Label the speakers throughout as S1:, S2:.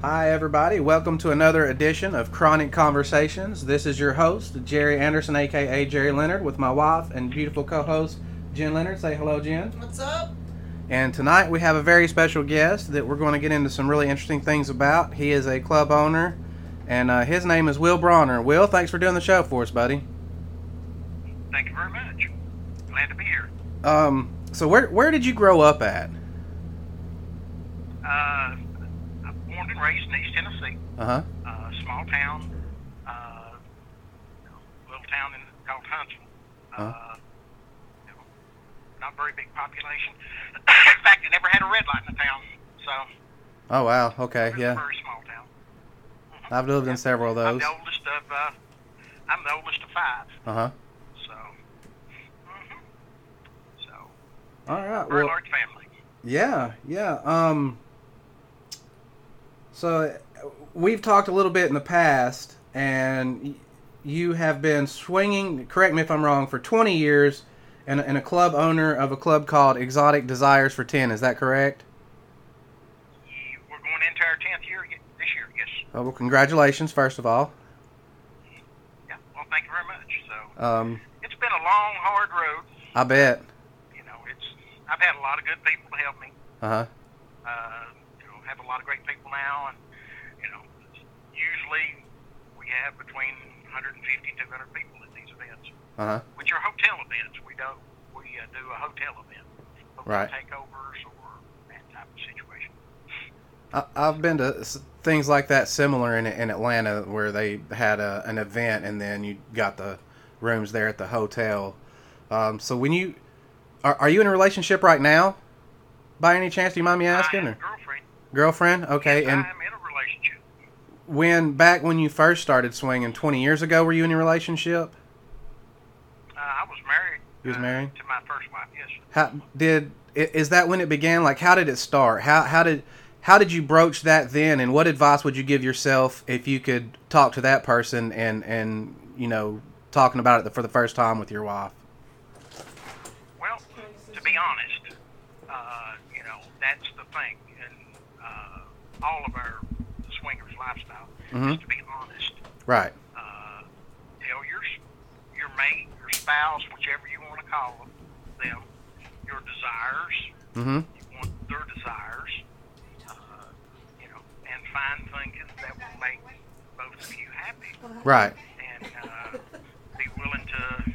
S1: Hi, everybody. Welcome to another edition of Chronic Conversations. This is your host, Jerry Anderson, aka Jerry Leonard, with my wife and beautiful co host, Jen Leonard. Say hello, Jen.
S2: What's up?
S1: And tonight we have a very special guest that we're going to get into some really interesting things about. He is a club owner, and uh, his name is Will Bronner. Will, thanks for doing the show for us, buddy.
S3: Thank you very much. Glad to be here.
S1: Um, so, where, where did you grow up at?
S3: Uh, I'm born and raised in East Tennessee,
S1: Uh huh.
S3: uh, small town, uh, little town in, called Huntsville.
S1: Huh.
S3: Uh, you know, not very big population. in fact, it never had a red light in the town, so
S1: Oh, wow. Okay,
S3: it was a
S1: yeah.
S3: very small town.
S1: I've lived in several of
S3: I'm
S1: those.
S3: the oldest of. Uh, I'm the oldest of five,
S1: Uh huh.
S3: so. mhm. So
S1: All right.
S3: very
S1: Well,
S3: large family.
S1: Yeah, yeah. Um, so uh, we've talked a little bit in the past, and y- you have been swinging. Correct me if I'm wrong. For 20 years, and, and a club owner of a club called Exotic Desires for 10. Is that correct?
S3: You- We're going into our tenth year y- this year. Yes.
S1: Oh, well, congratulations, first of all.
S3: Yeah. Well, thank you very much. So.
S1: Um,
S3: It's been a long, hard road.
S1: I bet.
S3: You know, it's I've had a lot of good people to help me.
S1: Uh huh.
S3: Uh, you know, have a lot of great people now, and you know, usually we have between 150 and 200 people at these events,
S1: Uh huh.
S3: which are hotel events. We don't we uh, do a hotel event, hotel
S1: Right.
S3: takeovers or that type of situation.
S1: I- I've been to s- things like that similar in in Atlanta where they had a, an event and then you got the rooms there at the hotel. Um, so when you are, are you in a relationship right now? By any chance, do you mind me
S3: I
S1: asking?
S3: have
S1: Or
S3: a girlfriend.
S1: girlfriend? Okay. And
S3: I'm in a relationship.
S1: when back when you first started swinging 20 years ago, were you in a relationship?
S3: Uh, I was married.
S1: You was
S3: uh,
S1: married?
S3: to my first wife. Yes.
S1: How did i- is that when it began? Like how did it start? How how did how did you broach that then and what advice would you give yourself if you could talk to that person and and you know talking about it for the first time with your wife?
S3: Well, to be honest, uh, you know, that's the thing in uh, all of our swingers lifestyle is
S1: Mhm.
S3: to be honest.
S1: Right.
S3: Uh, tell your your mate, your spouse, whichever you want to call them, them your desires.
S1: Mhm.
S3: You want their desires, uh, you know, and find things that will make both of you happy
S1: Right.
S3: and uh, be willing to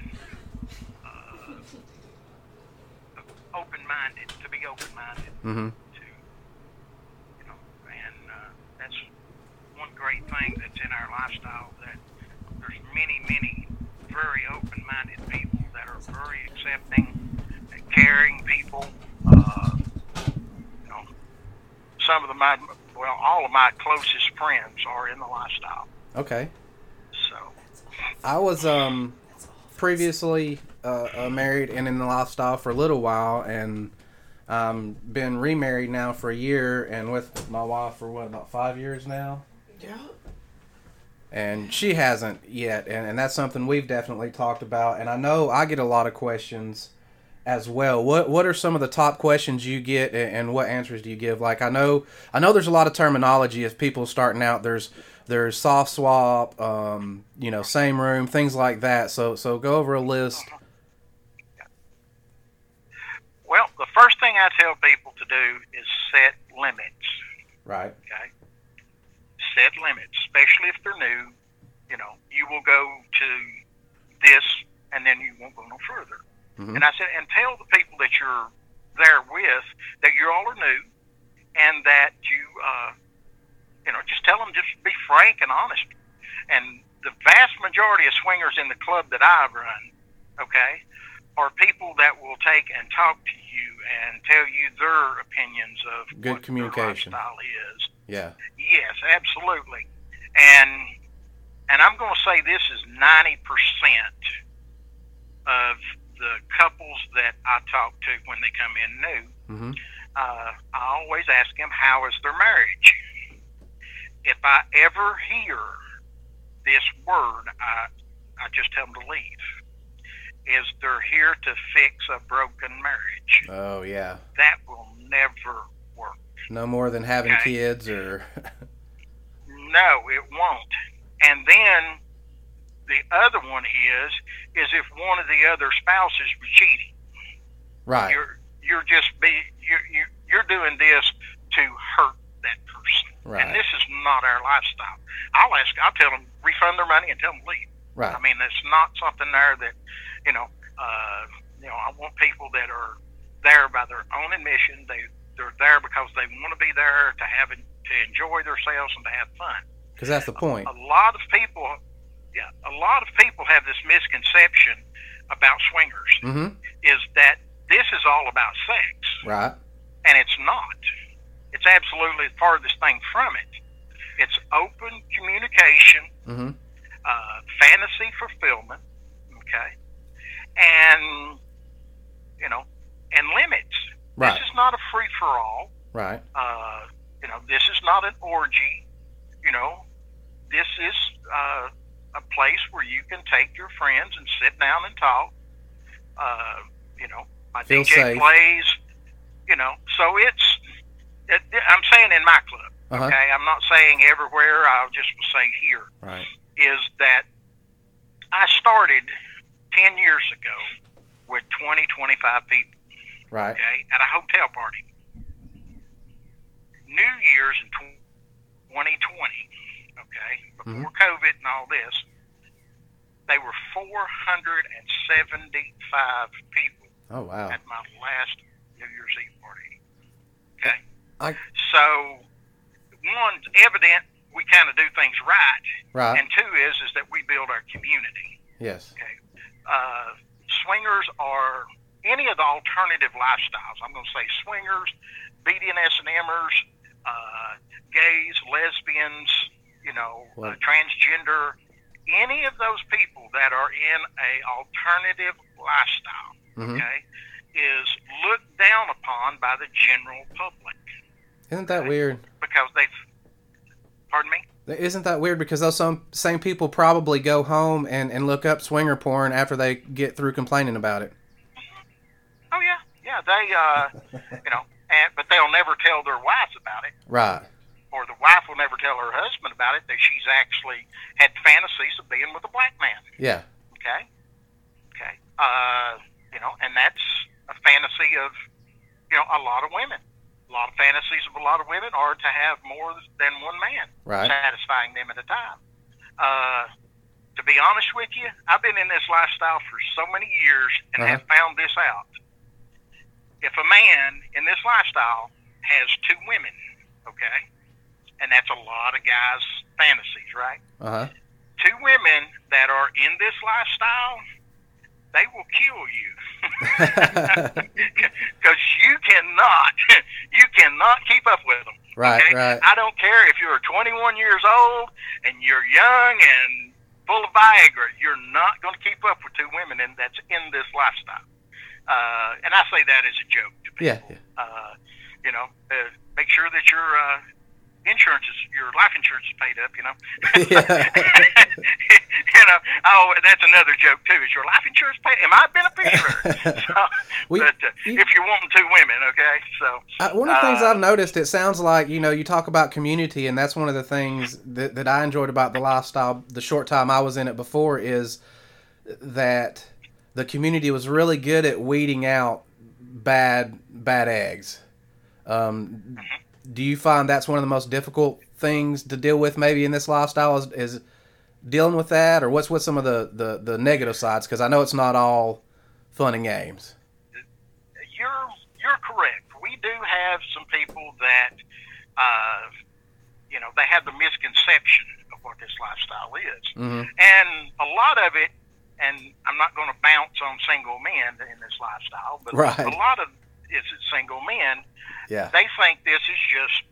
S3: uh, open-minded, to be open-minded
S1: Mhm.
S3: to, you know, and uh, that's one great thing that's in our lifestyle that there's many, many very open-minded people that are very accepting, and caring people. Uh, you know, some of the my, well, all of my closest friends are in the lifestyle,
S1: Okay.
S3: so.
S1: I was um previously uh, uh, married and in the lifestyle for a little while and um been remarried now for a year and with my wife for what about 5 years now?
S2: Yeah.
S1: and she hasn't yet and, and that's something we've definitely talked about and i know i get a lot of questions as well what what are some of the top questions you get a- and, what answers do you give like i know i know there's a lot of terminology as people starting out there's there's soft swap um you know same room things like that so so go over a list
S3: Well, the first thing I tell people to do is set limits.
S1: right
S3: Okay, set limits, especially if they're new. You know, you will go to this, and then you won't go no further.
S1: Mhm.
S3: And I said, and tell the people that you're there with that you all are new, and that you, uh, you know, just tell them just be frank and honest. And the vast majority of swingers in the club that I run, okay, are people that will take and talk to you and tell you their opinions of
S1: Good
S3: what their
S1: communication.
S3: lifestyle is.
S1: yeah
S3: Yes, absolutely. And and I'm going to say this is 90% of the couples that I talk to when they come in new.
S1: mm-hmm.
S3: Uh, I always ask them, how is their marriage? If I ever hear this word, I, I just tell them to leave. Is they're here to fix a broken marriage.
S1: oh yeah
S3: That will never work.
S1: no more than having
S3: Okay.
S1: kids or
S3: No, it won't. And then the other one is is if one of the other spouses was cheating.
S1: Right.
S3: You're you're just be you're you're, you're doing this to hurt that person.
S1: Right.
S3: And this is not our lifestyle. I'll ask. I'll tell them refund their money and tell them to leave.
S1: Right.
S3: I mean, it's not something there that you know. Uh, you know, I want people that are there by their own admission. They they're there because they want to be there to have to enjoy themselves and to have fun
S1: Because that's the point.
S3: a lot of people yeah a lot of people have this misconception about swingers
S1: Mm-hmm.
S3: is that this is all about sex
S1: Right.
S3: and it's not it's absolutely the farthest thing from it it's open communication
S1: Mm-hmm.
S3: uh, fantasy fulfillment okay and you know and limits
S1: Right.
S3: this is not a free-for-all
S1: Right.
S3: uh, you know, this is not an orgy. You know, this is uh, a place where you can take your friends and sit down and talk. Uh, you know, my
S1: Feel
S3: DJ
S1: safe.
S3: plays. You know, so it's. It, I'm saying in my club.
S1: Uh-huh.
S3: Okay, I'm not saying everywhere. I'll just say here
S1: Right.
S3: is that I started ten years ago with 20, 25 people
S1: Right.
S3: okay, at a hotel party. New Year's in tw- 2020, okay, before
S1: Mm-hmm.
S3: COVID and all this, they were 475 people
S1: Oh wow.
S3: at my last New Year's Eve party. Okay,
S1: I
S3: so one, evident we kind of do things right,
S1: right.
S3: and two is is that we build our community
S1: Yes.
S3: uh, swingers are any of the alternative lifestyles. I'm going to say swingers, BDNS and Mers, uh, gays, lesbians, you know, uh,
S1: Right.
S3: transgender, any of those people that are in a alternative lifestyle,
S1: Mm-hmm.
S3: okay, is looked down upon by the general public
S1: Isn't that weird?
S3: because they, pardon me,
S1: Isn't that weird? Because those some same people probably go home and, and look up swinger porn after they get through complaining about it.
S3: oh yeah, yeah, they, uh, you know, and, but they'll never tell their wives about it.
S1: Right.
S3: or the wife will never tell her husband about it that she's actually had fantasies of being with a black man.
S1: Yeah.
S3: Okay, okay, uh, you know, and that's a fantasy of you know a lot of women. A lot of fantasies of a lot of women are to have more than one man
S1: Right.
S3: satisfying them at a time. Uh, to be honest with you, I've been in this lifestyle for so many years and
S1: Uh-huh.
S3: have found this out. If a man in this lifestyle has two women, okay, and that's a lot of guys' fantasies, right?
S1: Uh huh.
S3: Two women that are in this lifestyle, they will kill you because you cannot, you cannot keep up with them.
S1: Right.
S3: Okay?
S1: Right.
S3: I don't care if you're 21 years old and you're young and full of Viagra. You're not going to keep up with two women, and that's in this lifestyle. Uh, and I say that as a joke to people.
S1: Yeah. yeah.
S3: Uh, you know, uh, make sure that your uh, insurance is your life insurance is paid up. You know. you know. Oh, that's another joke too. Is your life insurance paid? Am I a beneficiary? so,
S1: We-
S3: but uh,
S1: you-
S3: if you're wanting two women, okay. So
S1: I, one of the things
S3: Uh,
S1: I've noticed, it sounds like you know you talk about community, and that's one of the things that, that I enjoyed about the lifestyle. The short time I was in it before is that the community was really good at weeding out bad bad eggs. Um, do you find that's one of the most difficult things to deal with, maybe in this lifestyle, is, is dealing with that, or what's with some of the the, the negative sides? Because I know it's not all fun and games.
S3: you're you're correct. We do have some people that, uh, you know, they have the misconception of what this lifestyle is,
S1: Mm-hmm.
S3: and a lot of it. And I'm not going to bounce on single men in this lifestyle, but
S1: Right.
S3: a lot of it's single men.
S1: Yeah.
S3: They think this is just,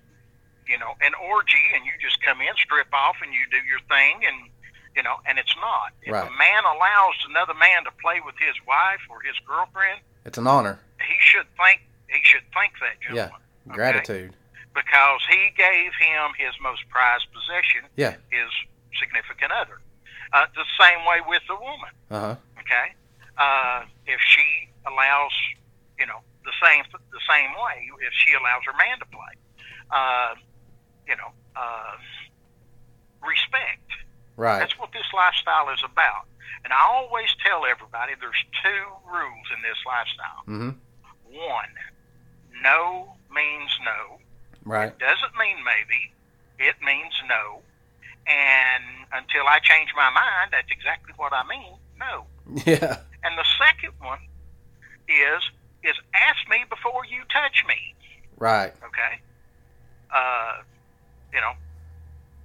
S3: you know, an orgy, and you just come in, strip off, and you do your thing, and you know, and it's not. If
S1: Right.
S3: a man allows another man to play with his wife or his girlfriend,
S1: It's an honor.
S3: he should thank he should thank that
S1: Yeah.
S3: gentleman okay?
S1: Gratitude.
S3: because he gave him his most prized possession,
S1: Yeah.
S3: his significant other. Uh, the same way with the woman,
S1: Uh huh.
S3: okay? Uh, if she allows, you know, the same the same way, if she allows her man to play, uh, you know, uh, respect.
S1: Right.
S3: That's what this lifestyle is about. And I always tell everybody there's two rules in this lifestyle.
S1: Mm-hmm.
S3: One, no means no.
S1: Right.
S3: Doesn't mean maybe. It means no. And until I change my mind, that's exactly what I mean. No.
S1: Yeah.
S3: And the second one is is ask me before you touch me.
S1: Right.
S3: Okay. Uh, you know,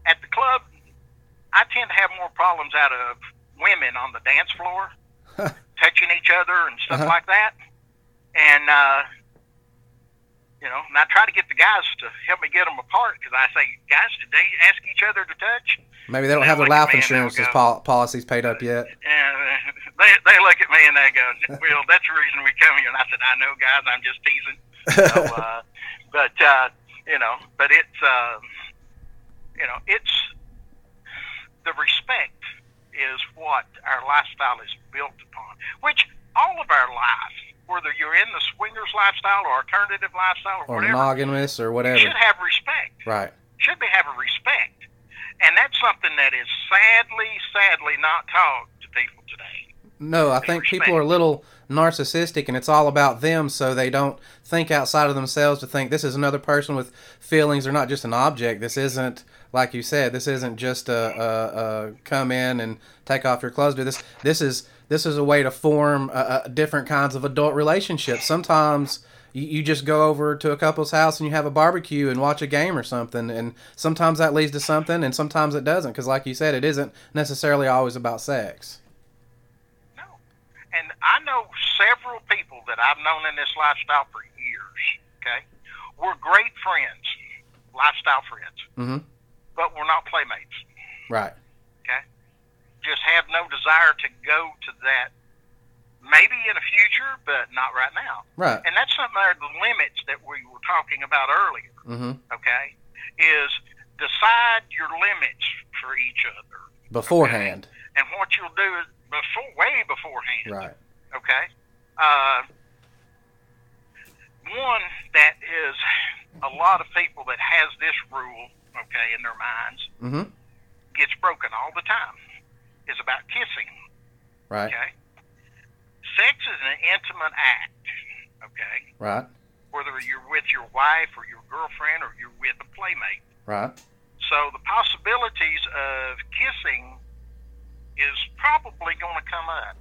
S3: at the club, I tend to have more problems out of women on the dance floor, touching each other and stuff
S1: Uh-huh.
S3: like that. And uh, you know, and I try to get the guys to help me get them apart because I say, guys, did they ask each other to touch?
S1: Maybe they don't
S3: Sounds
S1: have their
S3: like a man
S1: life
S3: that'll
S1: insurance
S3: go.
S1: pol- policies paid up yet.
S3: And uh, they they look at me and they go, "Well, that's the reason we come here." And I said, "I know, guys. I'm just teasing." So, uh, but uh, you know, but it's um, you know, it's the respect is what our lifestyle is built upon, which all of our lives, whether you're in the swingers lifestyle or alternative lifestyle or,
S1: or
S3: whatever,
S1: monogamous or
S3: you
S1: whatever.
S3: should have respect
S1: Right.
S3: should be having respect. And that's something that is sadly, sadly not taught to people today.
S1: No, I think people
S3: Respect.
S1: are a little narcissistic and it's all about them, so they don't think outside of themselves to think this is another person with feelings. They're not just an object. This isn't, like you said, this isn't just a, a, a come in and take off your clothes. Do this. This is this is a way to form uh, uh, different kinds of adult relationships. Sometimes you, you just go over to a couple's house and you have a barbecue and watch a game or something, and sometimes that leads to something, and sometimes it doesn't, because like you said, it isn't necessarily always about sex.
S3: No. And I know several people that I've known in this lifestyle for years. Okay. We're great friends, lifestyle friends,
S1: hmm
S3: but we're not playmates.
S1: Right.
S3: Okay. Just have no desire to go to that maybe in the future, but not right now.
S1: Right.
S3: And that's something are the limits that we were talking about earlier.
S1: hmm
S3: okay, is decide your limits for each other.
S1: Beforehand.
S3: And what you'll do is before, way beforehand,
S1: Right.
S3: okay? Uh, one that is a lot of people that has this rule, okay, in their minds,
S1: hmm
S3: gets broken all the time, is about kissing,
S1: Right.
S3: okay? Sex is an intimate act, okay?
S1: Right.
S3: Whether you're with your wife or your girlfriend or you're with a playmate.
S1: Right.
S3: So the possibilities of kissing is probably going to come up,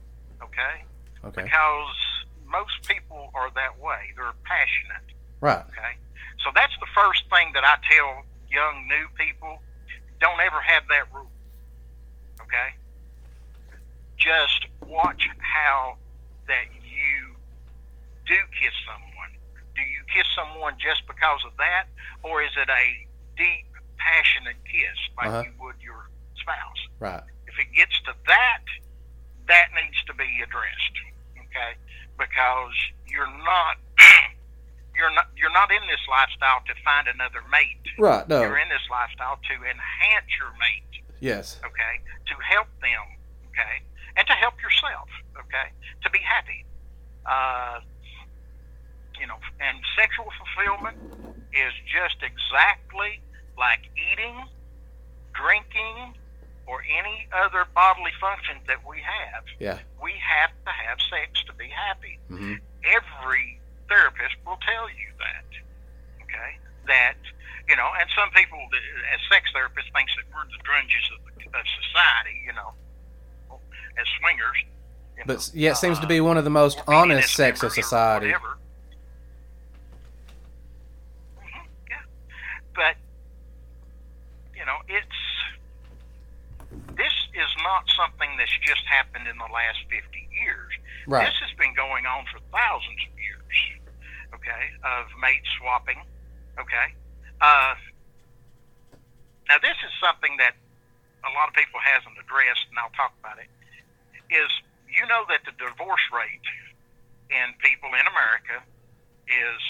S3: okay?
S1: Okay.
S3: Because most people are that way. They're passionate,
S1: Right.
S3: okay? So that's the first thing that I tell young, new people. Don't ever have that rule, okay? Just watch how that you do kiss someone. Do you kiss someone just because of that, or is it a deep, passionate kiss like
S1: Uh-huh.
S3: you would your spouse?
S1: Right.
S3: If it gets to that, that needs to be addressed, okay? Because you're not you're not you're not in this lifestyle to find another mate.
S1: Right. No.
S3: You're in this lifestyle to enhance your mate
S1: Yes.
S3: okay, to help them, okay, and to help yourself, okay, to be happy. Uh, you know, and sexual fulfillment is just exactly like eating, drinking, or any other bodily function that we have.
S1: Yeah.
S3: We have to have sex to be happy
S1: hmm
S3: every therapist will tell you that. Okay, that you know, and some people, that- as sex therapists, thinks that we're the grunges of, of society. You know, as swingers. you know,
S1: But yet seems to
S3: uh,
S1: be one of the most
S3: or
S1: honest
S3: penis
S1: sects of
S3: members or
S1: society.
S3: whatever. Mhm, yeah. But you know, it's this is not something that's just happened in the last fifty years.
S1: Right.
S3: This has been going on for thousands of years, okay, of mate swapping, okay. Uh, now, this is something that a lot of people hasn't addressed, and I'll talk about it, is you know that the divorce rate in people in America is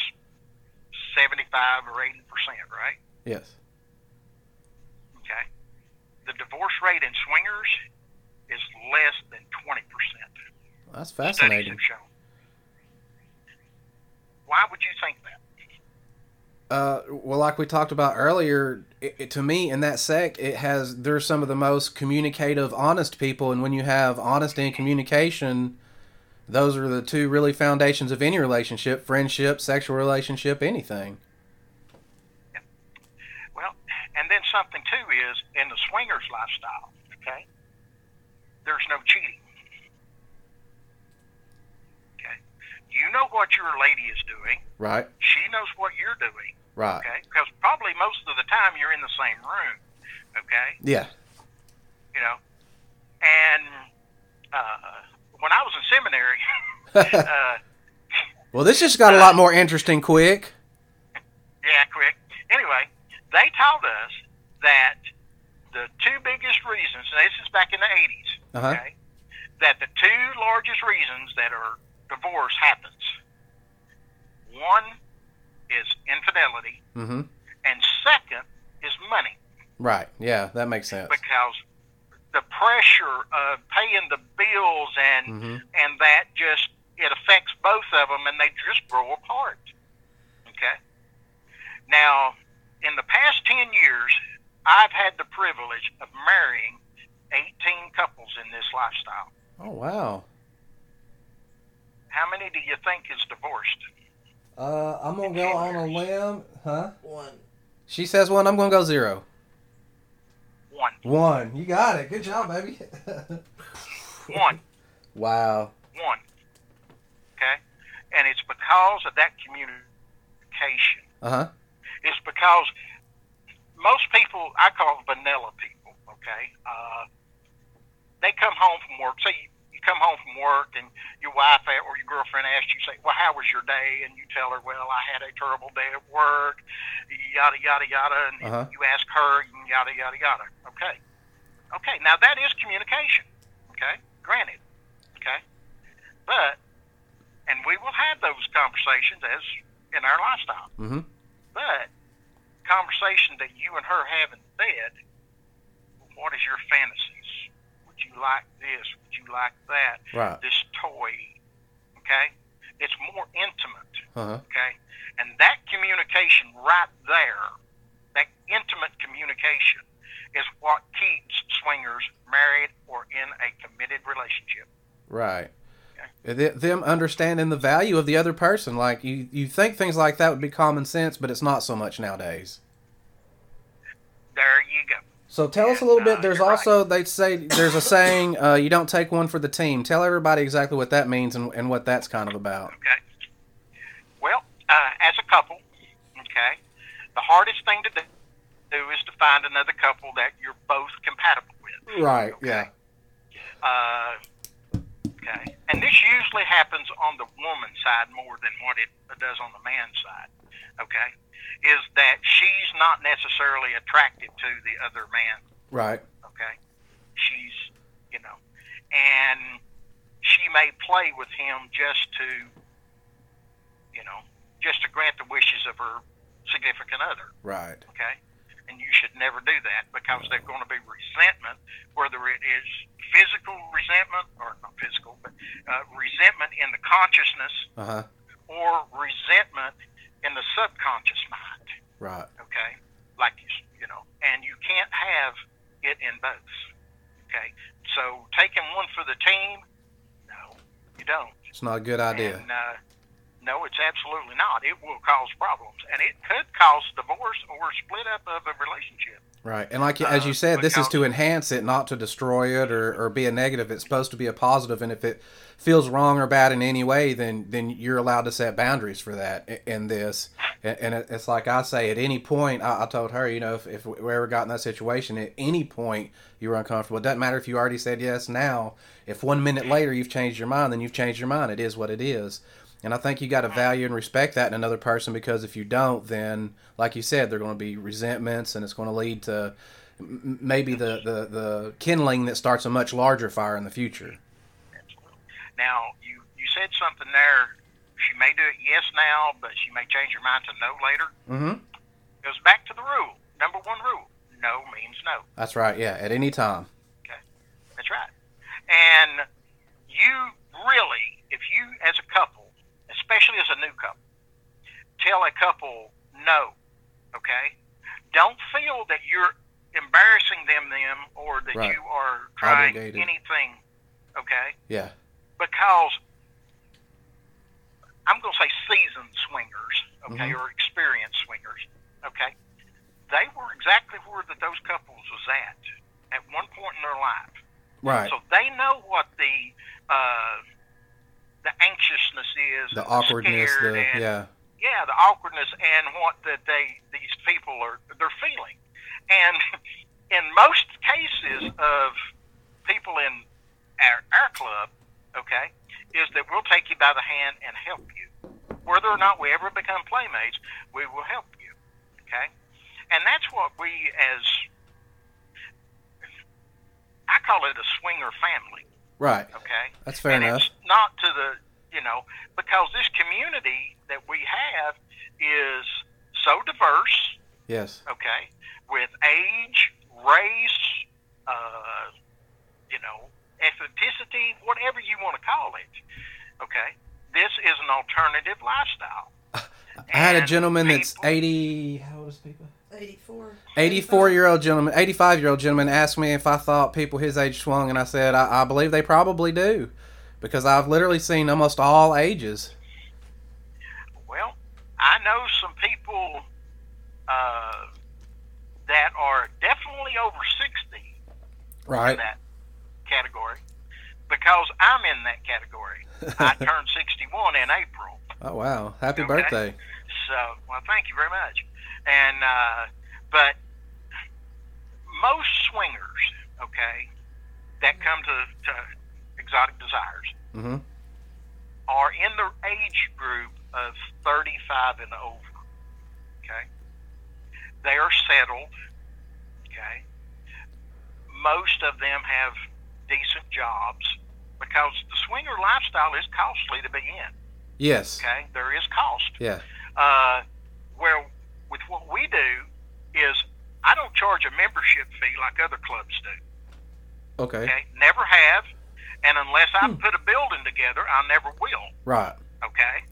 S3: 75 or 80%, right?
S1: Yes.
S3: Okay. The divorce rate in swingers is less than 20%.
S1: That's
S3: studies
S1: fascinating.
S3: have shown. Why would you think that?
S1: Uh, well, like we talked about earlier, it, it- to me in that sect, it has they're some of the most communicative, honest people, and when you have honesty and communication, those are the two really foundations of any relationship: friendship, sexual relationship, anything.
S3: Well, and then something too is in the swingers lifestyle, okay? There's no cheating. Okay? You know what your lady is doing.
S1: Right,
S3: She knows what you're doing,
S1: right,
S3: okay? Because probably most of the time you're in the same room, okay?
S1: yeah,
S3: You know? And uh, when I was in seminary, uh,
S1: Well, this just got a lot more interesting quick.
S3: Yeah, quick. Anyway, they told us that the two biggest reasons, and this is back in the 80s,
S1: Uh-huh.
S3: okay, that the two largest reasons that a divorce happens one is infidelity,
S1: Mm-hmm.
S3: and second is money
S1: Right. Yeah, that makes sense.
S3: because the pressure of paying the bills and
S1: Mhm.
S3: and that just it affects both of them and they just grow apart. Okay. Now, in the past ten years, I've had the privilege of marrying eighteen couples in this lifestyle.
S1: Oh wow.
S3: How many do you think is divorced?
S1: Uh, I'm gonna go on a limb, huh?
S2: One.
S1: She says one. I'm gonna go zero.
S3: One.
S1: One. You got it. Good job, baby.
S3: One.
S1: wow.
S3: One. Okay? And it's because of that communication.
S1: Uh huh.
S3: It's because most people I call vanilla people. Okay, uh, they come home from work. Say you, you come home from work, and your wife a- or your girlfriend asks you, say, "Well, how was your day?" And you tell her, "Well, I had a terrible day at work." Yada yada yada, and
S1: Uh-huh.
S3: you ask her, and yada yada yada. Okay, okay. Now that is communication. Okay, granted. Okay, but and we will have those conversations as in our lifestyle.
S1: Mm-hmm.
S3: But conversation that you and her have in bed, what is your fantasies? Would you like this? Would you like that?
S1: Right.
S3: This toy, okay? It's more intimate,
S1: Uh huh.
S3: okay? And that communication right there, that intimate communication, is what keeps swingers married or in a committed relationship.
S1: Right. Th- them understanding the value of the other person. Like you, you think things like that would be common sense, but it's not so much nowadays.
S3: There you go.
S1: So tell us a little
S3: Uh,
S1: bit. There's
S3: you're right.
S1: also they say there's a saying uh, you don't take one for the team. Tell everybody exactly what that means and, and what that's kind of about.
S3: Okay. Well, uh, as a couple, okay, the hardest thing to do do is to find another couple that you're both compatible with.
S1: Right.
S3: Okay. Uh, okay. And this usually happens on the woman's side more than what it does on the man's side. Okay. Is that she's not necessarily attracted to the other man
S1: Right.
S3: okay? She's, you know, and she may play with him just to, you know, just to grant the wishes of her significant other,
S1: Right.
S3: okay? And you should never do that because there's going to be resentment, whether it is physical resentment or not physical, but uh, resentment in the consciousness
S1: Uh huh.
S3: or resentment in the subconscious mind,
S1: Right.
S3: okay? Like you, s- you know, and you can't have it in both. Okay, so taking one for the team, no, you don't.
S1: It's not a good idea.
S3: And, uh, no, it's absolutely not. It will cause problems, and it could cause divorce or split up of a relationship.
S1: Right. And like as you
S3: uh,
S1: said, this is
S3: without-
S1: to enhance it, not to destroy it or, or be a negative. It's supposed to be a positive, and if it feels wrong or bad in any way, then then you're allowed to set boundaries for that i- in this. And, and it- it's like I say, at any point, I, I told her, you know, if, if we ever got in that situation, at any point you were uncomfortable. It doesn't matter if you already said yes now. If one minute later you've changed your mind, then you've changed your mind. It is what it is. And I think you got to value and respect that in another person because if you don't, then, like you said, there are going to be resentments and it's going to lead to m- maybe the, the, the kindling that starts a much larger fire in the future.
S3: Now, you you said something there. She may do it yes now, but she may change her mind to no later.
S1: Mm-hmm.
S3: Goes back to the rule. Number one rule: no means no.
S1: That's right. Yeah. At any time.
S3: That's right. And you really, if you as a couple, especially as a new couple, tell a couple no feel that you're embarrassing them, them, or that
S1: Right.
S3: you are trying
S1: Obligated.
S3: anything, okay?
S1: Yeah.
S3: Because I'm going to say seasoned swingers, okay,
S1: Mm-hmm.
S3: or experienced swingers, okay? They were exactly where that those couples was at at one point in their life.
S1: Right.
S3: So they know what the uh, the anxiousness is,
S1: the
S3: and
S1: awkwardness.
S3: scared
S1: The
S3: and,
S1: yeah.
S3: yeah, the awkwardness and what that they these people are they're feeling, and in most cases of people in our, our club, okay, is that we'll take you by the hand and help you, whether or not we ever become playmates, we will help you, okay, and that's what we as I call it a swinger family,
S1: Right.
S3: okay
S1: That's fair
S3: and
S1: enough.
S3: It's not to the you know because this community that we have is so diverse.
S1: Yes.
S3: Okay, with age, race, uh, you know, ethnicity, whatever you want to call it. Okay, this is an alternative lifestyle.
S1: I had a
S3: And
S1: gentleman that's
S3: people-
S1: eighty. How old is people?
S2: 84.
S1: 84 year old gentleman, 85 year old gentleman asked me if I thought people his age swung, and I said, I, I believe they probably do because I've literally seen almost all ages.
S3: Well, I know some people uh, that are definitely over sixty
S1: Right.
S3: that category because I'm in that category. I turned 61 in April.
S1: Oh, wow. Happy
S3: Okay.
S1: birthday.
S3: So, well, thank you very much. And, uh, but most swingers, okay, that come to, to Exotic Desires
S1: hmm
S3: are in the age group of 35 and over, okay? They are settled, okay? Most of them have decent jobs because the swinger lifestyle is costly to begin,
S1: Yes.
S3: okay? There is cost
S1: Yeah.
S3: uh, where with what we do is I don't charge a membership fee like other clubs do.
S1: Okay.
S3: Okay, never have, and unless I put a building together, I never will.
S1: Right.
S3: Okay,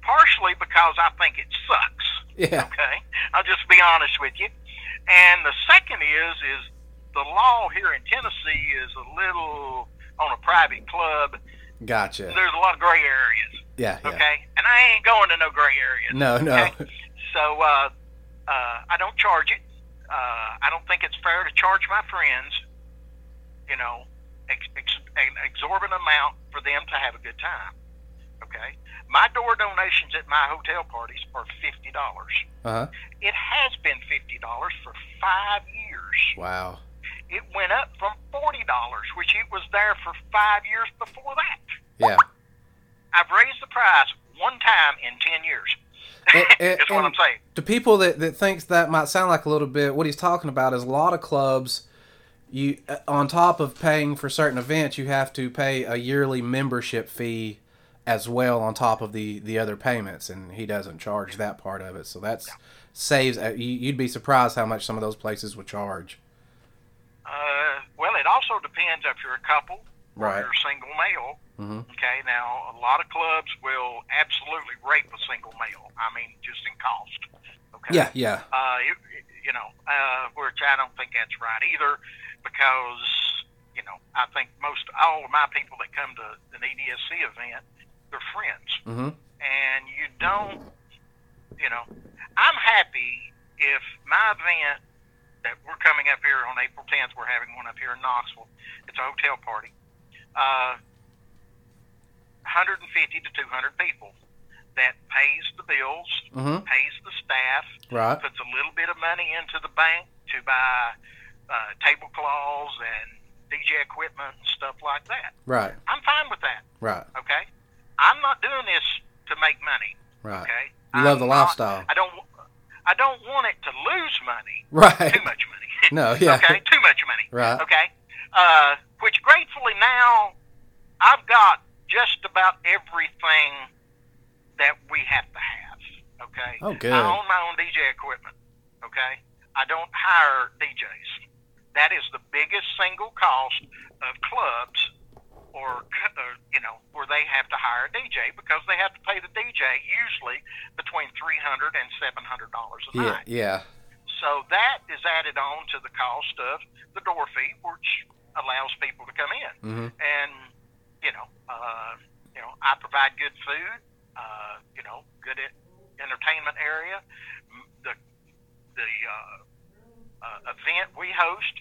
S3: partially because I think it sucks.
S1: Yeah.
S3: Okay, I'll just be honest with you. And the second is is the law here in Tennessee is a little on a private club.
S1: Gotcha.
S3: There's a lot of gray areas.
S1: Yeah. Yeah.
S3: Okay, and I ain't going to no gray areas.
S1: No, no.
S3: Okay. So uh, uh, I don't charge it. Uh, I don't think it's fair to charge my friends, you know, ex- ex- an exorbitant amount for them to have a good time. Okay, my door donations at my hotel parties are fifty dollars.
S1: Uh huh.
S3: It has been fifty dollars for five years.
S1: Wow.
S3: It went up from forty dollars, which it was there for five years before that.
S1: Yeah.
S3: I've raised the price one time in ten years.
S1: It- it-
S3: That's what I'm
S1: and-
S3: saying.
S1: to people that, that thinks that might sound like a little bit what he's talking about is a lot of clubs you uh, on top of paying for certain events you have to pay a yearly membership fee as well on top of the the other payments and he doesn't charge that part of it so that's saves uh, you- you'd be surprised how much some of those places would charge
S3: Uh, well, it also depends if you're a couple
S1: Right.
S3: or you're a single male.
S1: Mhm.
S3: Okay, now a lot of clubs will absolutely rape a single male. I mean, just in cost. Okay.
S1: yeah yeah
S3: Uh, you, you know, uh, which I don't think that's right either, because you know I think most all of my people that come to an E EDSC event, they're friends
S1: mm-hmm
S3: and you don't, you know, I'm happy if my event that we're coming up here on April 10th, we're having one up here in Knoxville. It's a hotel party. Uh, 150 to 200 people that pays the bills,
S1: mm-hmm
S3: pays the staff,
S1: right
S3: puts a little bit of money into the bank to buy uh, tablecloths and DJ equipment and stuff like that.
S1: right
S3: I'm fine with that,
S1: right
S3: okay? I'm not doing this to make money.
S1: right
S3: Okay.
S1: You love the
S3: I'm not-
S1: lifestyle.
S3: I don't. I don't want it to lose money.
S1: right
S3: Too much money.
S1: no yeah
S3: Okay. Too much money.
S1: right
S3: Okay. Uh, which gratefully now I've got just about everything that we have to have. Okay.
S1: Oh, good.
S3: I own my own DJ equipment. Okay. I don't hire DJs. That is the biggest single cost of clubs or, c- or you know where they have to hire a DJ because they have to pay the DJ usually between 300 and 700 dollars a
S1: yeah
S3: night.
S1: yeah
S3: So that is added on to the cost of the door fee, which allows people to come in.
S1: Mm-hmm.
S3: And you know, uh, you know, I provide good food, uh, you know, good e- entertainment area. M- The the uh, uh, event we host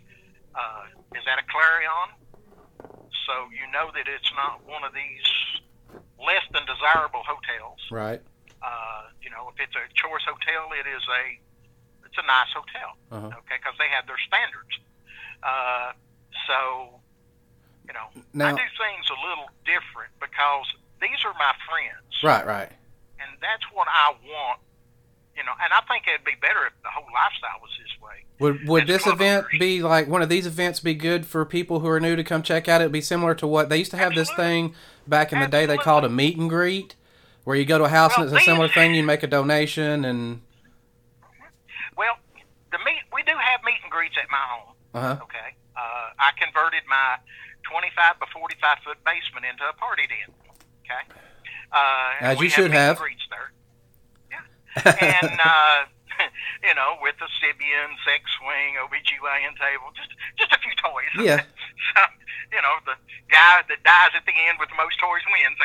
S3: uh, is at a Clarion, so you know that it's not one of these less than desirable hotels
S1: Right.
S3: uh, you know, if it's a choice hotel, it is a it's a nice hotel,
S1: Uh-huh.
S3: okay, because they have their standards. Uh, so, you know, I
S1: Now-
S3: do things a little different because these are my friends,
S1: Right. Right.
S3: and that's what I want. You know, and I think it'd be better if the whole lifestyle was this way.
S1: Would would
S3: As
S1: this event
S3: clubbers.
S1: be like one of these events be good for people who are new to come check out? It'd be similar to what they used to have this
S3: Absolutely.
S1: thing back in the day they called a meet and greet, where you go to a house
S3: Well,
S1: and it's a similar
S3: these-
S1: thing. You make a donation and
S3: Well, the meet we do have meet and greets at my home.
S1: uh huh.
S3: Okay, uh, I converted my 25 by 45 foot basement into a party den. Okay, uh, and
S1: As
S3: we
S1: you should
S3: meet and
S1: have.
S3: greets there. Yeah, and uh, you know, with the Sibian, Sex Swing, OBGYN table, just just a few toys.
S1: Yeah.
S3: so, you know, the guy that dies at the end with the most toys wins.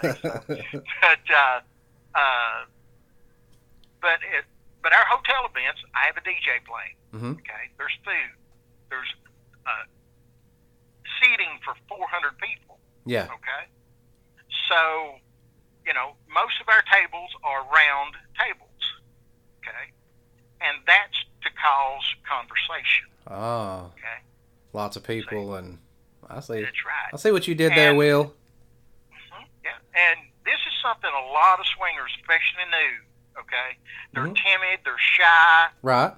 S3: I guess you could say. So, but uh, uh, but it, but our hotel events, I have a DJ playing.
S1: hmm
S3: Okay, there's food, there's uh, seating for 400 people.
S1: Yeah.
S3: Okay, so you know most of our tables are round tables. Okay, and that's to cause conversation.
S1: Oh,
S3: Okay,
S1: lots of people and I see.
S3: that's right.
S1: I see what you did there,
S3: And-
S1: Will.
S3: Mhm, Yeah, and this is something a lot of swingers, especially new. Okay, they're
S1: Mhm.
S3: timid, they're shy,
S1: Right.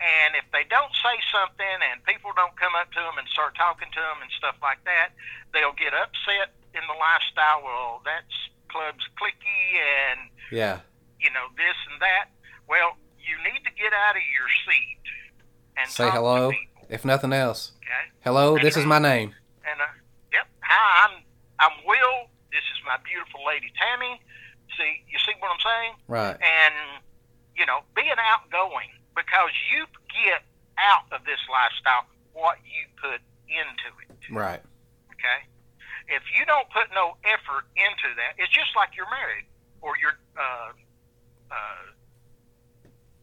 S3: And if they don't say something and people don't come up to them and start talking to them and stuff like that, they'll get upset in the lifestyle. Well, that's club's clicky and,
S1: Yeah.
S3: you know, this and that. Well, you need to get out of your seat and
S1: Say
S3: talk to
S1: hello.
S3: people,
S1: If nothing else.
S3: okay?
S1: Hello.
S3: That's
S1: This is
S3: right.
S1: my name.
S3: And uh, yep, hi, I'm I'm Will. This is my beautiful lady Tammy. See, you see what I'm saying?
S1: Right.
S3: and you know being outgoing because you get out of this lifestyle what you put into it
S1: Right.
S3: okay if you don't put no effort into that it's just like you're married or your uh, uh,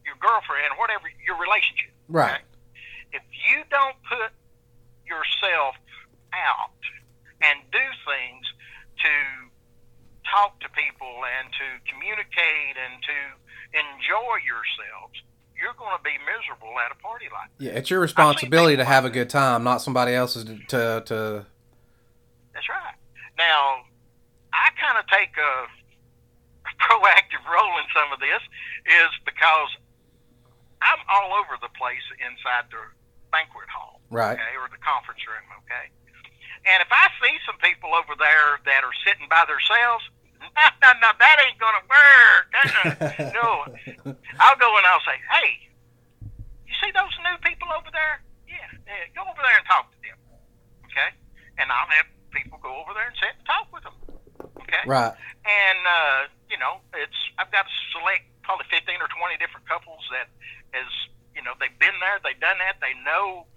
S3: your girlfriend whatever your relationship
S1: Right.
S3: if you don't put yourself out and do things to talk to people and to communicate and to enjoy yourselves, you're going to be miserable at a party like that.
S1: Yeah. It's your responsibility to
S3: people
S1: have a
S3: like
S1: good time, not somebody else's to to. to
S3: That's right. Now, I kind of take a proactive role in some of this is because I'm all over the place inside the banquet hall.
S1: right.
S3: okay, or the conference room, okay? And if I see some people over there that are sitting by themselves, no, no, no, that ain't gonna work. Uh-uh. no, I'll go and I'll say, hey, you see those new people over there? Yeah, yeah, go over there and talk to them, okay? And I'll have people go over there and sit and talk with them, okay?
S1: Right.
S3: and uh, you know, it's I've got to select probably fifteen or twenty different couples that is you know they've been there, they've done that, they know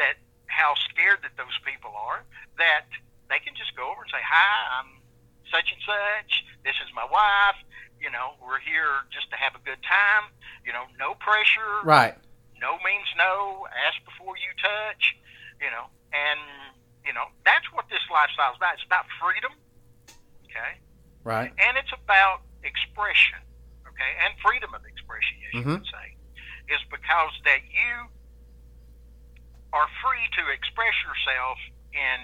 S3: that how scared that those people are that they can just go over and say hi, I'm such and such, this is my wife, you know, we're here just to have a good time, you know, no pressure,
S1: Right.
S3: no means no, ask before you touch, you know, and you know that's what this lifestyle is about. It's about freedom, okay
S1: Right.
S3: and it's about expression, okay, and freedom of expression, as you would say, is because that you are free to express yourself in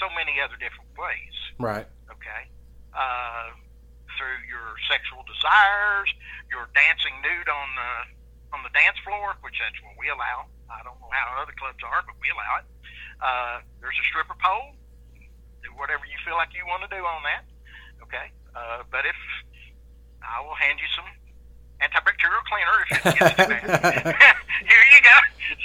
S3: so many other different ways,
S1: Right.
S3: okay, uh, through your sexual desires, your dancing nude on the on the dance floor, which that's what we allow. I don't know how other clubs are, but we allow it. Uh, there's a stripper pole. Do whatever you feel like you want to do on that okay? Uh, but if I will hand you some antibacterial cleaner if it gets too bad. Here you go.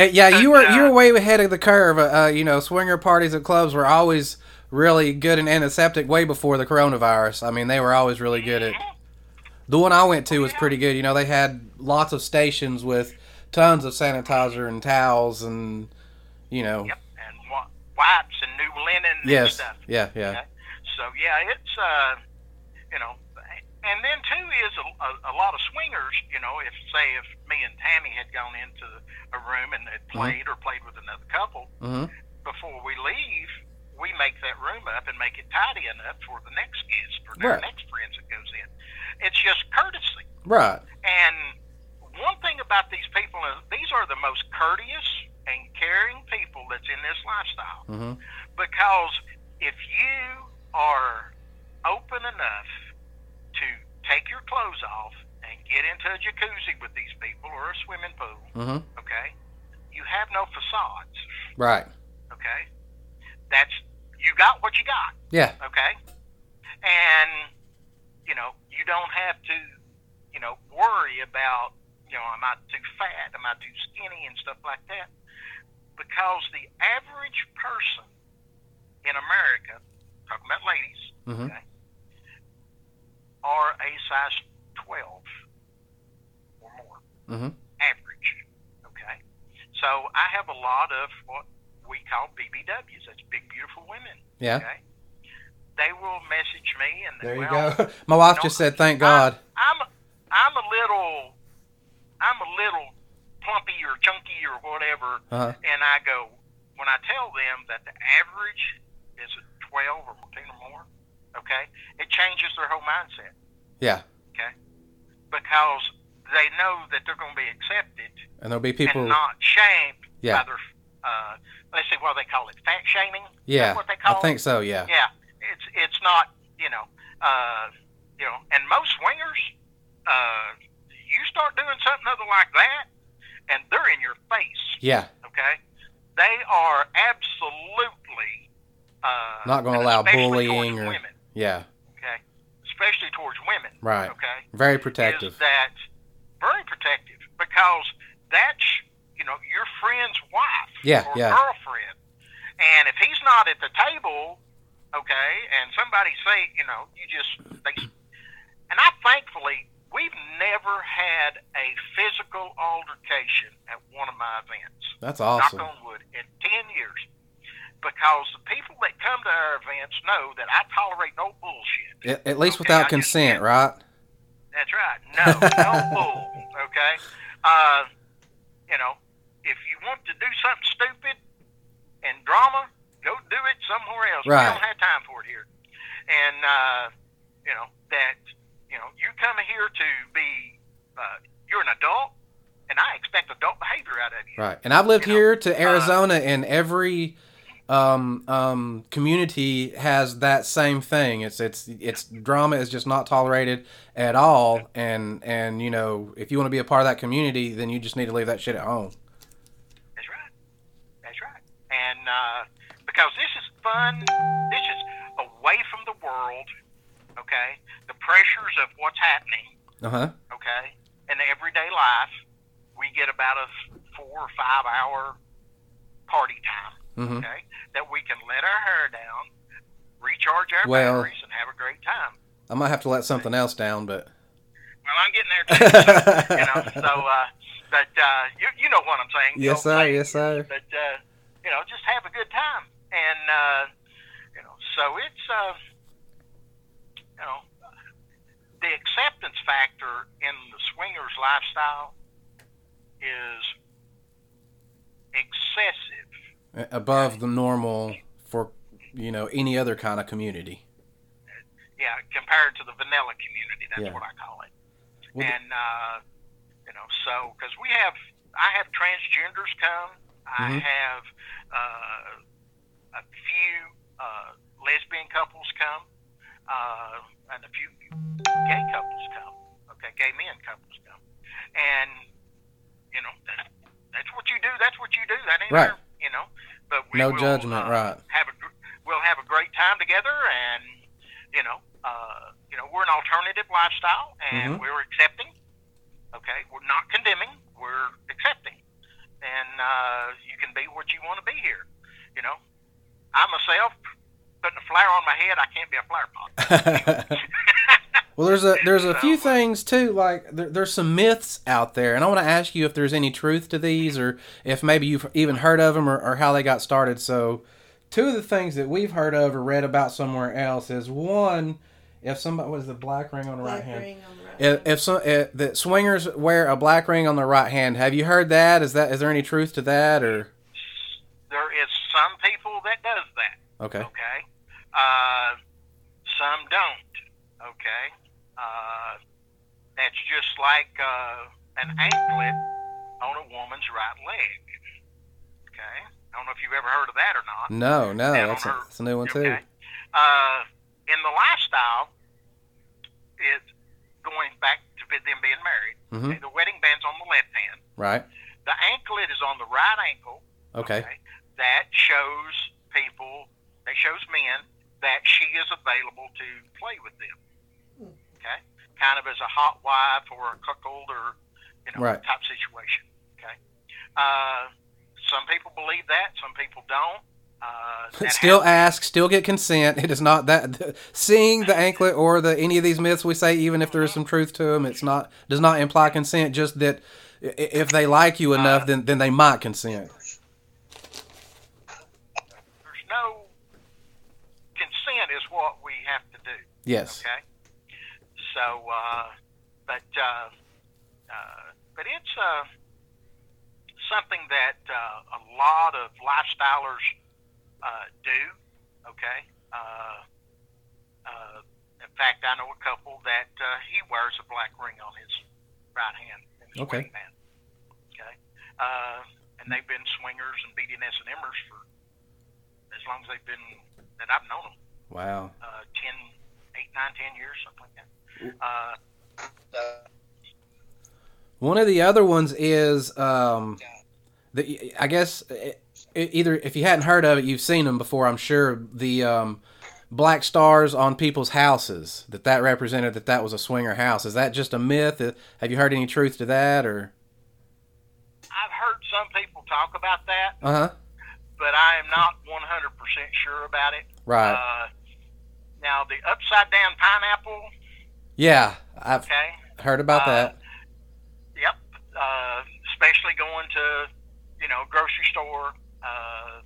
S3: So
S1: Eh, yeah, you were you were
S3: Uh,
S1: way ahead of the curve. Uh, you know, swinger parties at clubs were always really good and antiseptic way before the coronavirus. I mean, they were always really good at The one I went to was pretty good. You know, they had lots of stations with tons of sanitizer and towels and, you know,
S3: Yep, and wa- wipes and new linen and
S1: yes,
S3: stuff.
S1: yeah, yeah,
S3: Okay? So yeah, it's uh, you know, and then too is a, a, a lot of swingers. You know, if say if me and Tammy had gone into a room and had played or played with another couple
S1: hmm
S3: before we leave, we make that room up and make it tidy enough for the next guest for their
S1: Right.
S3: next friends that goes in. It's just courtesy.
S1: right,
S3: And one thing about these people is these are the most courteous and caring people that's in this lifestyle
S1: hmm
S3: because if you are open enough to take your clothes off and get into a jacuzzi with these people or a swimming pool,
S1: hmm
S3: okay, you have no facades,
S1: right,
S3: okay? That's you got what you got,
S1: yeah,
S3: okay? And you know, you don't have to, you know, worry about, you know, am I too fat, am I too skinny and stuff like that. Because the average person in America, talking about ladies,
S1: hmm
S3: are a size 12 or more,
S1: hmm
S3: average. Okay. So I have a lot of what we call BBWs. That's big, beautiful women.
S1: yeah.
S3: Okay. They will message me and
S1: There you
S3: well,
S1: go. My wife
S3: no,
S1: just said, "Thank God."
S3: I'm I'm a little I'm a little plumpy or chunky or whatever,
S1: Uh-huh.
S3: and I go when I tell them that the average is a 12 or 14 or more. Okay, it changes their whole mindset
S1: Yeah,
S3: because they know that they're going to be accepted
S1: and there'll be people.
S3: and not shamed
S1: Yeah.
S3: by their. Uh, let's see, what do they call it? Fat shaming. Is
S1: yeah,
S3: that what they
S1: I
S3: call it?
S1: think so. Yeah,
S3: yeah, it's it's not you know uh, you know, and most swingers, uh, you start doing something other like that, and they're in your face.
S1: yeah,
S3: Okay, they are absolutely uh,
S1: Not gonna
S3: and
S1: allow
S3: especially
S1: bullying or-
S3: towards women.
S1: yeah.
S3: Okay, especially towards women.
S1: Right.
S3: Okay
S1: Very protective.
S3: is that very protective because that's you know your friend's wife
S1: Yeah,
S3: or
S1: yeah.
S3: girlfriend, and if he's not at the table, okay, and somebody say you know you just they, and I thankfully we've never had a physical altercation at one of my events.
S1: That's awesome.
S3: Knock on wood in ten years. Because the people that come to our events know that I tolerate no
S1: At,
S3: bullshit.
S1: at least
S3: Okay, I
S1: without
S3: just
S1: consent,
S3: can't-
S1: right?
S3: That's right. No, no bull. Okay. Uh, you know, if you want to do something stupid and drama, go do it somewhere else.
S1: Right.
S3: We don't have time for it here. And uh, you know that you know you come here to be uh, you're an adult, and I expect adult behavior out of you.
S1: Right. And I've lived
S3: You know,
S1: here
S3: uh,
S1: to Arizona, and every um, um, community has that same thing. It's it's it's drama is just not tolerated at all. And and you know, if you want to be a part of that community, then you just need to leave that shit at home.
S3: That's right. That's right. And uh, because this is fun, this is away from the world. Okay, the pressures of what's happening.
S1: Uh huh.
S3: okay? In everyday life, we get about a four or five hour party time,
S1: hmm
S3: okay? That we can let our hair down, recharge our
S1: Well-
S3: batteries, and have a great time.
S1: I might have to let something else down, but
S3: Well, I'm getting there too, you know. So, uh, but uh, you you know what I'm saying?
S1: yes,
S3: Don't
S1: sir.
S3: say-
S1: Yes, sir.
S3: But uh, you know, just have a good time, and uh, you know, so it's uh, you know, the acceptance factor in the swingers lifestyle is excessive.
S1: Above the normal for you know any other kind of community.
S3: Yeah, compared to the vanilla community, that's
S1: Yeah.
S3: what I call it.
S1: Well,
S3: and uh, you know, so because we have, I have transgenders come. I
S1: Mhm.
S3: have uh, a few uh, lesbian couples come, uh, and a few gay couples come. Okay, gay men couples come, and you know, that, that's what you do. That's what you do. That ain't
S1: Right.
S3: our- you know. But we
S1: No
S3: will,
S1: judgment,
S3: uh,
S1: right.
S3: Have a gr- we'll have a great time together, and you know, uh, you know, we're an alternative lifestyle, and
S1: Mhm.
S3: we're accepting. Okay, we're not condemning. We're accepting, and uh, you can be what you want to be here. You know, I myself putting a flower on my head, I can't be a flower pot.
S1: Well, there's a there's a
S3: So-
S1: few things too. Like there, there's some myths out there, and I want to ask you if there's any truth to these, or if maybe you've even heard of them, or, or how they got started. So, two of the things that we've heard of or read about somewhere else is one, if somebody was the black ring on the right
S2: Black
S1: hand,
S2: ring on the right
S1: if,
S2: hand.
S1: if some if, that swingers wear a black ring on their right hand, have you heard that? Is that is there any truth to that, or
S3: There is some people that does that.
S1: okay,
S3: Okay. Uh, some don't. Okay. Uh, that's just like uh, an anklet on a woman's right leg. Okay. I don't know if you've ever heard of that or not.
S1: no, no,
S3: Yeah, I
S1: that's a,
S3: don't know.
S1: that's a new one too.
S3: Okay. Uh, in the lifestyle, it's going back to them being married.
S1: Mhm.
S3: Okay, the wedding band's on the left hand.
S1: Right?
S3: The anklet is on the right ankle.
S1: Okay.
S3: That shows people, that shows men that she is available to play with them. Okay. Kind of as a hot wife or a cuckold or, you know,
S1: Right.
S3: type situation. Okay. Uh, some people believe that, some people don't. Uh, that
S1: still ask, still get consent. It is not that seeing the anklet or the any of these myths we say, even if there is some truth to them, it's not does not imply consent. Just that i- if they like you
S3: Uh,
S1: enough, then then they might consent.
S3: there's no consent is what we have to do.
S1: Yes.
S3: Okay. So, uh, but uh, uh, but it's uh, something that uh, a lot of lifestylers uh, do. Okay. Uh, uh, in fact, I know a couple that uh, he wears a black ring on his right hand. In his
S1: Okay.
S3: wedding band. Okay. Uh, and they've been swingers and BDNS and Emmers for as long as they've been that I've known them
S1: Wow.
S3: uh, 10, 8, 9, 10 years, something like that. Uh,
S1: One of the other ones is um, the I guess e- e- either if you hadn't heard of it, you've seen them before. I'm sure the um, black stars on people's houses that that represented that that was a swinger house. Is that just a myth? Uh, Have you heard any truth to that or?
S3: I've heard some people talk about that,
S1: Uh huh.
S3: but I am not 100% sure about it.
S1: Right.
S3: Uh, now, the upside down pineapple,
S1: Yeah, I've
S3: okay?
S1: heard about
S3: Uh,
S1: that.
S3: Yep. Uh, especially going to, you know, grocery store, uh,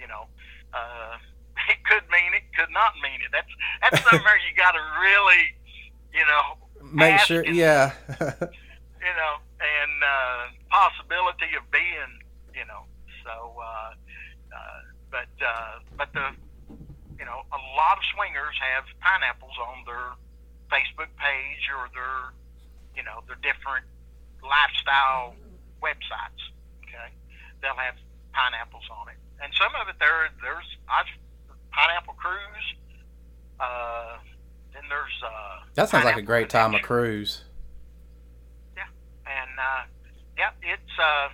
S3: you know, uh, it could mean it, could not mean it. That's, that's somewhere you got to really, you know,
S1: Make
S3: ask
S1: sure,
S3: and
S1: yeah,
S3: you know, and uh, possibility of being, you know. So, uh, uh, but uh, but the, you know, a lot of swingers have pineapples on their Facebook page or their, you know, their different lifestyle websites. Okay, they'll have pineapples on it, and some of it there there's I've, pineapple cruise. Uh, then there's uh,
S1: that sounds like a
S3: pineapple
S1: great time a
S3: connection
S1: cruise.
S3: and uh, yeah, it's uh,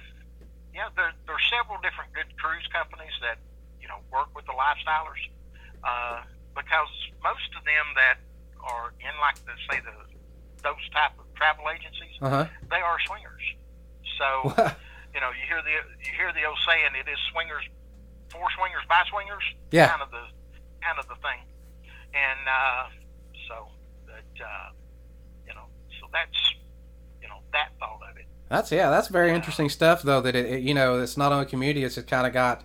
S3: yeah. There, there are several different good cruise companies that you know work with the lifestylers uh, because most of them that are in like the say the those type of travel agencies,
S1: Uh
S3: they are swingers. So
S1: huh.
S3: you know you hear the you hear the old saying it is swingers for swingers by swingers.
S1: Yeah.
S3: Kind of the kind of the thing, and uh, so that uh, you know so that's you know that thought of it.
S1: That's yeah, that's very interesting stuff though. That it, it you know it's not only community, it's kind of got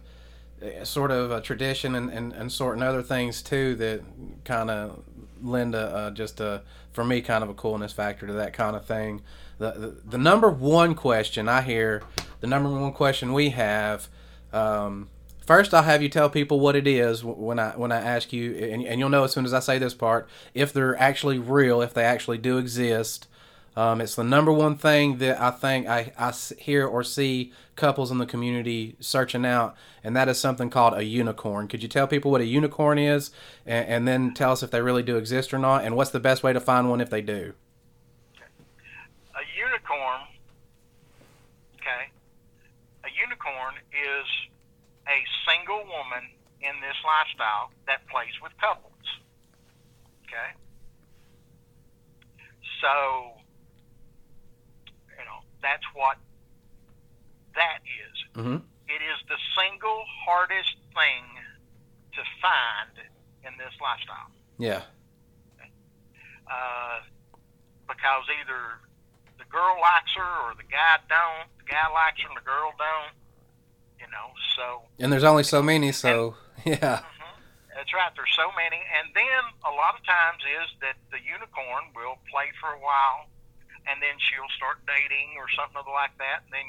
S1: uh, sort of a tradition and and, and certain other things too that kind of lend a uh, just a for me kind of a coolness factor to that kind of thing. The, the the number one question I hear, the number one question we have. Um, First, I'll have you tell people what it is wh- when I when I ask you, and, and you'll know as soon as I say this part if they're actually real, if they actually do exist. Um, it's the number one thing that I think I, I s- hear or see couples in the community searching out, and that is something called a unicorn. Could you tell people what a unicorn is, and, and then tell us if they really do exist or not, and what's the best way to find one if they do?
S3: a unicorn, okay, a unicorn is a single woman in this lifestyle that plays with couples. Okay? So, you know, that's what that is.
S1: Mhm.
S3: It is the single hardest thing to find in this lifestyle
S1: Yeah,
S3: uh, because either the girl likes her or the guy don't. The guy likes her and the girl don't. You know, so
S1: And there's only so many, so yeah.
S3: Mhm. That's right. There's so many, and then a lot of times is that the unicorn will play for a while, and then she'll start dating or something other like that. And then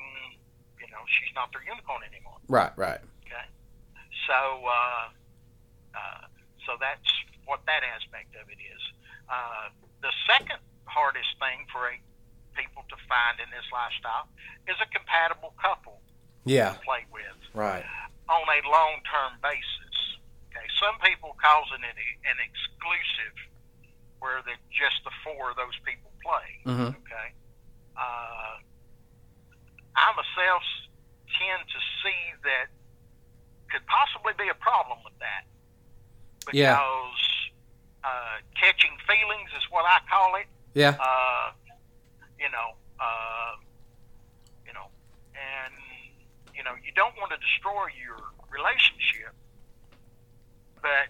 S3: you know she's not their unicorn anymore.
S1: Right, right.
S3: So uh, uh, so that's what that aspect of it is. Uh, the second hardest thing for a, people to find in this lifestyle is a compatible couple
S1: Yeah,
S3: to play with
S1: right.
S3: on a long term basis. Okay, some people calling it a- an exclusive, where that just the four of those people play.
S1: hmm
S3: Okay, uh, I myself s- tend to see that could possibly be a problem with that because
S1: Yeah.
S3: uh, catching feelings is what I call it
S1: Yeah,
S3: uh, you know, uh, you know, and you know, you don't want to destroy your relationship, but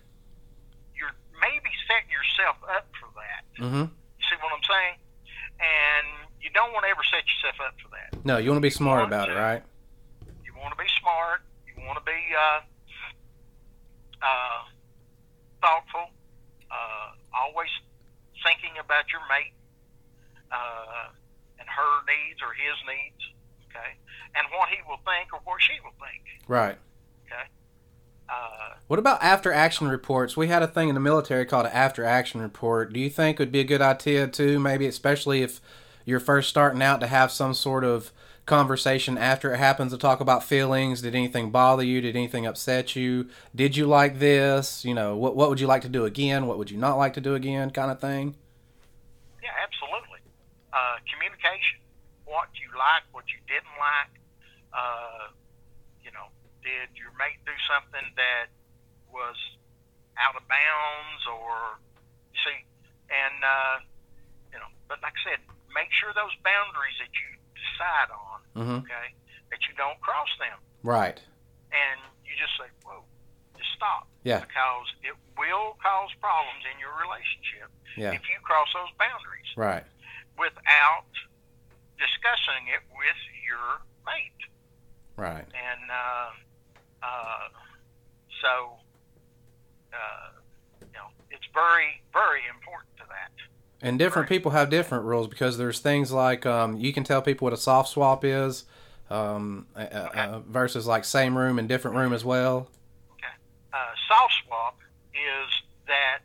S3: you're maybe setting yourself up for that.
S1: hmm
S3: You see what I'm saying? And you don't want to ever set yourself up for that.
S1: No, you want to be smart about it, right?
S3: You want to be smart. You want to be uh, uh, thoughtful. Uh, always thinking about your mate uh, and her needs or his needs. Okay, and what he will think or what she will think.
S1: Right.
S3: Uh,
S1: What about after action reports? We had a thing in the military called an after action report. Do you think it would be a good idea too, maybe especially if you're first starting out to have some sort of conversation after it happens to talk about feelings? Did anything bother you? Did anything upset you? Did you like this? You know, what what would you like to do again? What would you not like to do again? Kind of thing.
S3: Yeah, absolutely. Uh, communication. What you like, what you didn't like. Uh, you know, did your mate do something that was out of bounds or see? And uh, you know, but like I said, make sure those boundaries that you decide on,
S1: Mm-hmm.
S3: okay, that you don't cross them,
S1: Right.
S3: and you just say, "Whoa, just stop,"
S1: Yeah.
S3: because it will cause problems in your relationship
S1: Yeah.
S3: if you cross those boundaries
S1: Right.
S3: without discussing it with your mate.
S1: Right.
S3: And uh, uh, so, uh, you know, it's very, very important to that.
S1: And different people have different rules because there's things like um, you can tell people what a soft swap is um, uh, uh, versus like same room and different room as well.
S3: Uh, soft swap is that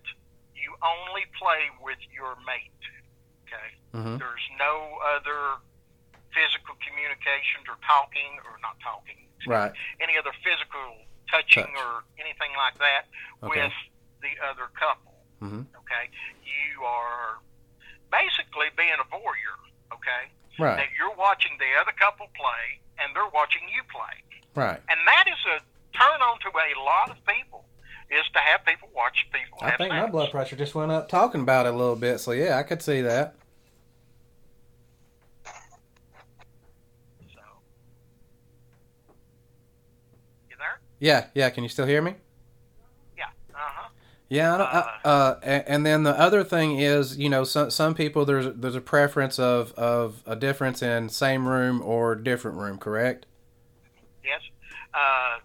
S3: you only play with your mate. Okay.
S1: hmm
S3: There's no other physical communications or talking or not talking.
S1: Right.
S3: Any other physical touching
S1: Touch.
S3: or anything like that
S1: Okay.
S3: with the other couple.
S1: hmm
S3: okay? You are basically being a voyeur, okay?
S1: Right.
S3: That you're watching the other couple play and they're watching you play.
S1: Right.
S3: And that is a turn on to a lot of people is to have people watch people
S1: I
S3: have
S1: think my
S3: sex.
S1: blood pressure just went up talking about it a little bit. So yeah, I could see that.
S3: So. You there?
S1: Yeah. Yeah. Can you still hear me?
S3: Yeah. Uh-huh.
S1: Yeah, I don't, I, uh, and, and then the other thing is, you know, some some people there's there's a preference of of a difference in same room or different room, correct?
S3: Yes. Uh,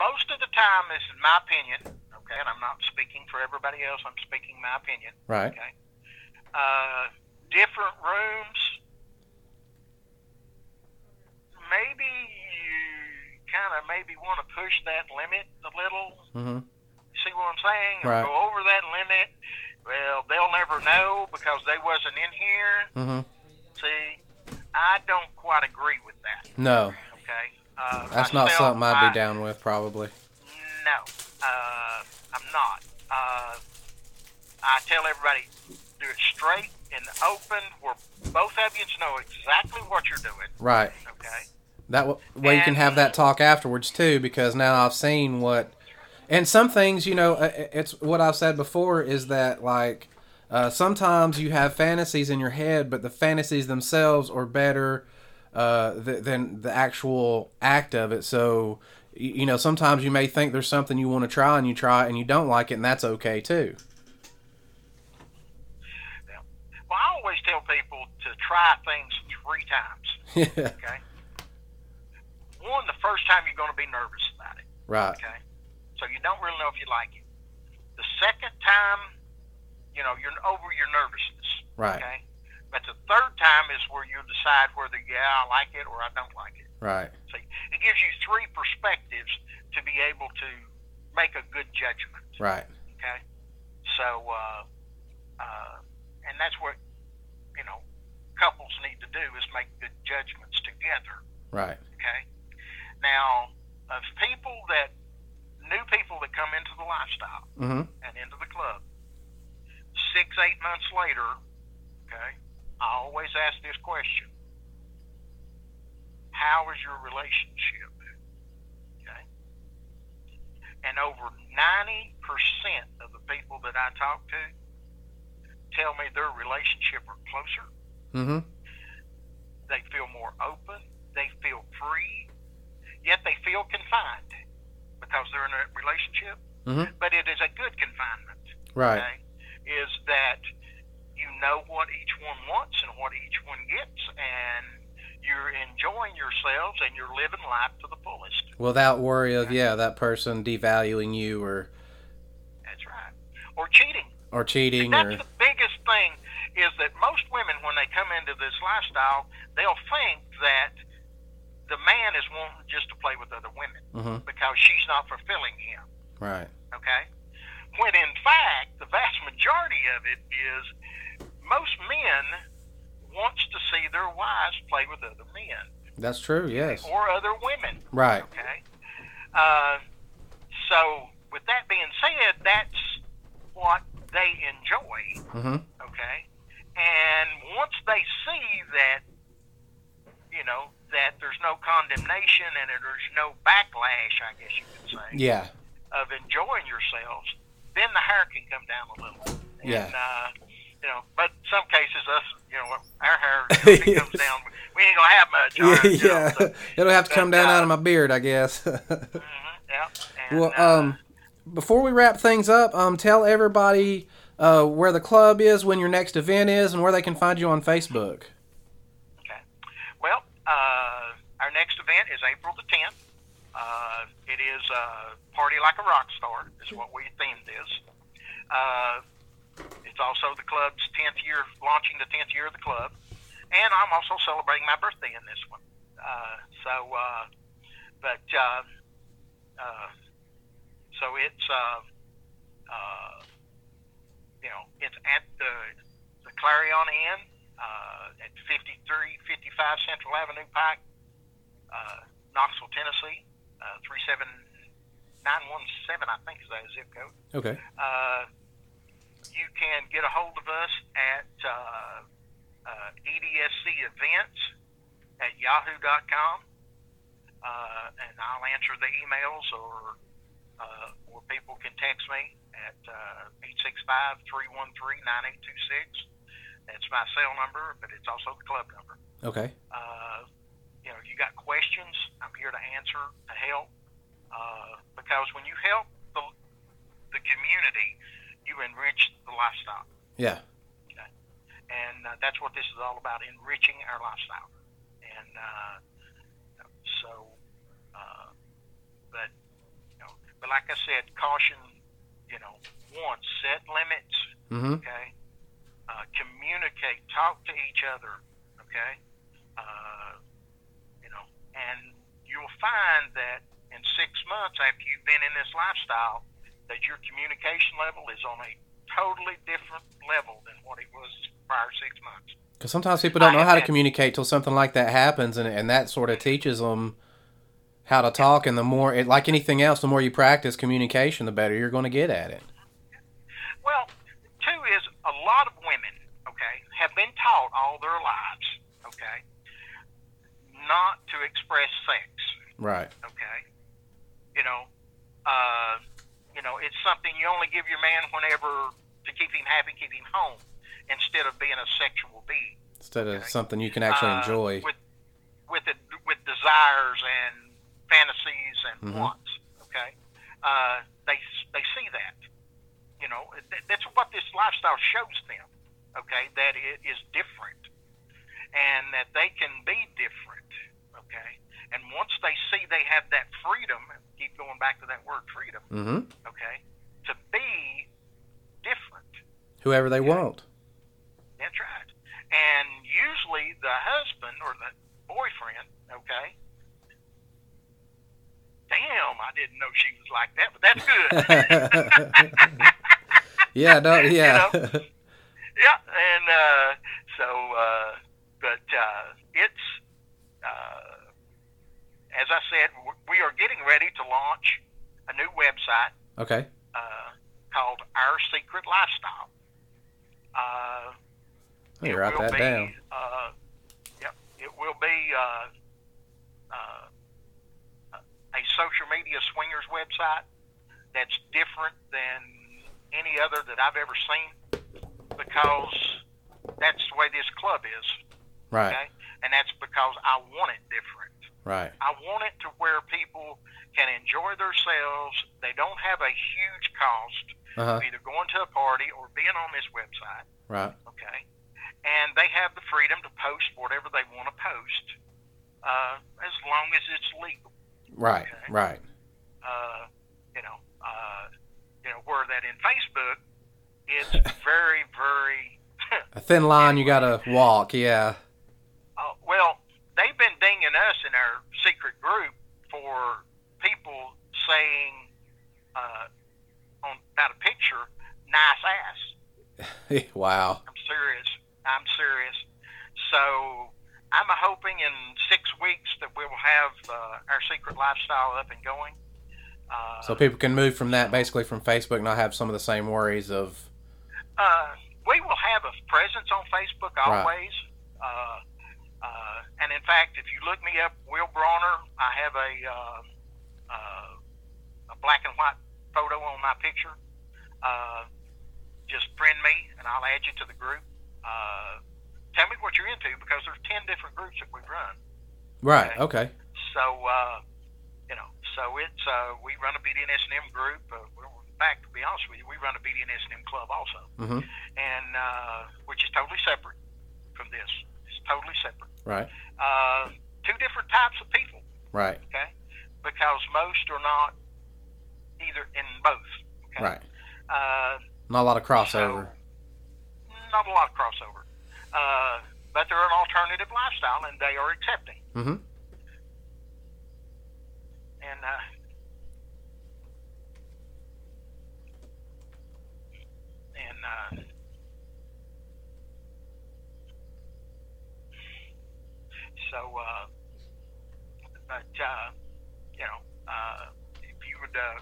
S3: most of the time, this is my opinion, okay, and I'm not speaking for everybody else. I'm speaking my opinion.
S1: Right.
S3: uh, different rooms. Maybe you kind of maybe want to push that limit a little.
S1: hmm
S3: You see what I'm saying? Or
S1: Right.
S3: Go over that limit. Well, they'll never know because they wasn't in here.
S1: hmm
S3: See, I don't quite agree with that.
S1: No,
S3: Okay. Uh,
S1: that's not
S3: myself,
S1: something I'd
S3: I-
S1: be down with, probably.
S3: No, uh, I'm not. Uh, I tell everybody, do it straight and open, where both of you know exactly what you're doing.
S1: Right.
S3: Okay.
S1: That w- way you can have that talk afterwards too, because now I've seen what, and some things you know, uh, it's what I've said before is that like uh, sometimes you have fantasies in your head, but the fantasies themselves are better uh, th- than the actual act of it. So y- you know, sometimes you may think there's something you want to try, and you try it and you don't like it, and that's okay too.
S3: always tell people to try things three times.
S1: Yeah.
S3: Okay. One, the first time you're going to be nervous about it.
S1: Right.
S3: Okay. So you don't really know if you like it. The second time, you know, you're over your nervousness.
S1: Right.
S3: Okay. But the third time is where you decide whether yeah I like it or I don't like it.
S1: Right.
S3: See, it gives you three perspectives to be able to make a good judgment.
S1: Right.
S3: Okay. So, uh, uh, and that's what, you know, couples need to do is make good judgments together.
S1: Right.
S3: Okay. Now, of people that, new people that come into the lifestyle
S1: Mm-hmm.
S3: and into the club, six, eight months later, okay, I always ask this question How is your relationship? Okay. And over 90% of the people that I talk to tell me their relationship are closer
S1: Mm-hmm.
S3: they feel more open, they feel free, yet they feel confined because they're in a relationship.
S1: Mhm.
S3: But it is a good confinement.
S1: Right.
S3: Okay? Is that you know what each one wants and what each one gets, and you're enjoying yourselves and you're living life to the fullest.
S1: Without worry of yeah that person devaluing you or
S3: That's right. Or cheating.
S1: or cheating
S3: That's
S1: or
S3: the biggest thing is that most women, when they come into this lifestyle, they'll think that the man is wanting just to play with other women
S1: Mhm.
S3: because she's not fulfilling him.
S1: right.
S3: Okay? When in fact, the vast majority of it is most men wants to see their wives play with other men
S1: That's true. Yes.
S3: or other women.
S1: Right.
S3: Okay. Uh, so, with that being said, that's what they enjoy
S1: Mm-hmm.
S3: okay? And once they see that, you know, that there's no condemnation and that there's no backlash, I guess you could say,
S1: Yeah.
S3: of enjoying yourselves, then the hair can come down a little. And,
S1: Yeah.
S3: uh, you know, but some cases, us, you know, our hair if it comes down. We ain't gonna have much. all
S1: Yeah.
S3: right, you know, so-
S1: It'll have to come
S3: but,
S1: down
S3: uh,
S1: out of my beard, I guess.
S3: mhm, yeah. And,
S1: well,
S3: uh,
S1: um, before we wrap things up, um, tell everybody uh, where the club is, when your next event is, and where they can find you on Facebook.
S3: Okay. Well, uh, our next event is April the 10th. Uh, it is uh, Party Like a Rock Star, is what we themed this. Uh, it's also the club's 10th year, launching the 10th year of the club. And I'm also celebrating my birthday in this one. Uh, so, uh, but, uh, uh, so it's, uh, uh, you know, it's at the the Clarion Inn uh, at 5355 Central Avenue, Pike, uh, Knoxville, Tennessee, uh, 37917, I think is that zip code.
S1: Okay.
S3: Uh, you can get a hold of us at uh, uh, edscevents at yahoo.com, uh, and I'll answer the emails or uh, or people can text me at uh, 865-313-9826. That's my cell number, but it's also the club number.
S1: Okay.
S3: Uh, you know, you got questions, I'm here to answer, to help. Uh, because when you help the, the community, you enrich the lifestyle.
S1: Yeah.
S3: And uh, that's what this is all about enriching our lifestyle. And uh, so, uh, but, you know, but like I said, caution, you know, one, set limits
S1: Mm-hmm.
S3: okay? Uh, communicate, talk to each other, okay? Uh, you know, and you'll find that in six months after you've been in this lifestyle, that your communication level is on a totally different level than what it was prior six months.
S1: Because sometimes people don't know how to
S3: I-
S1: communicate till something like that happens, and, and that sort of teaches them how to talk. And the more, it, like anything else, the more you practice communication, the better you're going to get at it.
S3: Well, two is a lot of women, okay, have been taught all their lives, okay, not to express sex.
S1: Right.
S3: okay? You know, uh, you know, it's something you only give your man whenever to keep him happy, keep him home, instead of being a sexual being.
S1: Instead of
S3: Okay.
S1: something you can actually
S3: Uh,
S1: enjoy.
S3: with with it, with desires and fantasies and
S1: Mhm.
S3: wants. Okay, uh, they they see that. You know, th- that's what this lifestyle shows them. okay, that i- is different and that they can be different, okay? And once they see they have that freedom, keep going back to that word freedom,
S1: Mm-hmm.
S3: okay, to be different.
S1: Whoever they
S3: Yeah.
S1: want.
S3: That's right. And usually the husband or the boyfriend, okay? Damn, I didn't know she was like that, but that's good.
S1: yeah, no, yeah.
S3: You Yeah, and uh, so, uh, but uh, it's, uh, as I said, w- we are getting ready to launch a new website
S1: okay.
S3: uh, called Our Secret Lifestyle. Uh,
S1: Let me
S3: it
S1: write
S3: will
S1: that
S3: be,
S1: down.
S3: Uh, yep, it will be uh, uh, a social media swingers website that's different than any other that I've ever seen because that's the way this club is,
S1: Right,
S3: okay? And that's because I want it different.
S1: right.
S3: I want it to where people can enjoy themselves. They don't have a huge cost
S1: Uh huh.
S3: of either going to a party or being on this website
S1: Right.
S3: okay? And they have the freedom to post whatever they want to post, uh, as long as it's legal.
S1: Right.
S3: Okay.
S1: Right.
S3: Uh, you know, uh, you know, where that in Facebook, it's very, very.
S1: A thin line you gotta walk. Yeah.
S3: Uh, well, they've been dinging us in our secret group for people saying uh, on about a picture, nice ass.
S1: wow.
S3: I'm serious. I'm serious. So I'm hoping in six weeks that we will have uh, our secret lifestyle up and going. Uh,
S1: So people can move from that basically from Facebook and not have some of the same worries of
S3: uh, we will have a presence on Facebook always. Uh, uh, and in fact, if you look me up, Will Bronner, I have a um uh, a black and white photo on my picture. Uh, just friend me, and I'll add you to the group. Uh, tell me what you're into because there's ten different groups that we've run.
S1: Right, okay.
S3: So, uh, you know, so it's uh, we run a BDNSM group. Uh, well, in fact, to be honest with you, we run a BDNSM club also,
S1: Mhm.
S3: and uh, which is totally separate from this. It's totally separate.
S1: Right.
S3: Uh, two different types of people,
S1: Right.
S3: okay? Because most are not either in both. Okay?
S1: Right.
S3: Uh,
S1: Not a lot of crossover.
S3: So, not a lot of crossover, uh, but they're an alternative lifestyle, and they are accepting.
S1: Mm-hmm.
S3: and uh, and uh, so uh, but uh, you know uh, if you would uh,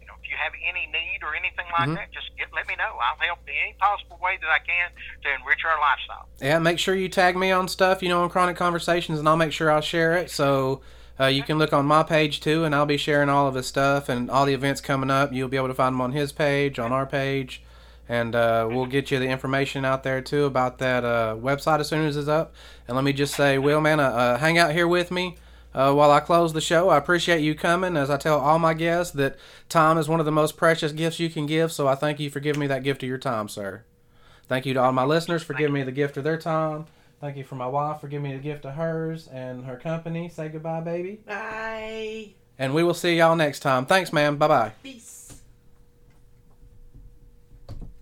S3: you know if you have any need or anything like
S1: Mhm.
S3: that just get let me know I'll help in any possible way that I can to enrich our lifestyle
S1: Yeah, make sure you tag me on stuff, you know, on Chronic Conversations, and I'll make sure I'll share it. So uh, you can look on my page too, and I'll be sharing all of his stuff and all the events coming up. You'll be able to find them on his page, on our page, and uh, we'll get you the information out there too about that uh, website as soon as it's up. And let me just say, Will, man, uh, uh, hang out here with me. Uh, while I close the show, I appreciate you coming. As I tell all my guests, that time is one of the most precious gifts you can give. So I thank you for giving me that gift of your time, sir. Thank you to all my listeners for giving me the gift of their time. Thank you for my wife for giving me the gift of hers and her company. Say goodbye, baby.
S2: Bye.
S1: And we will see y'all next time. Thanks, ma'am. Bye bye.
S2: Peace.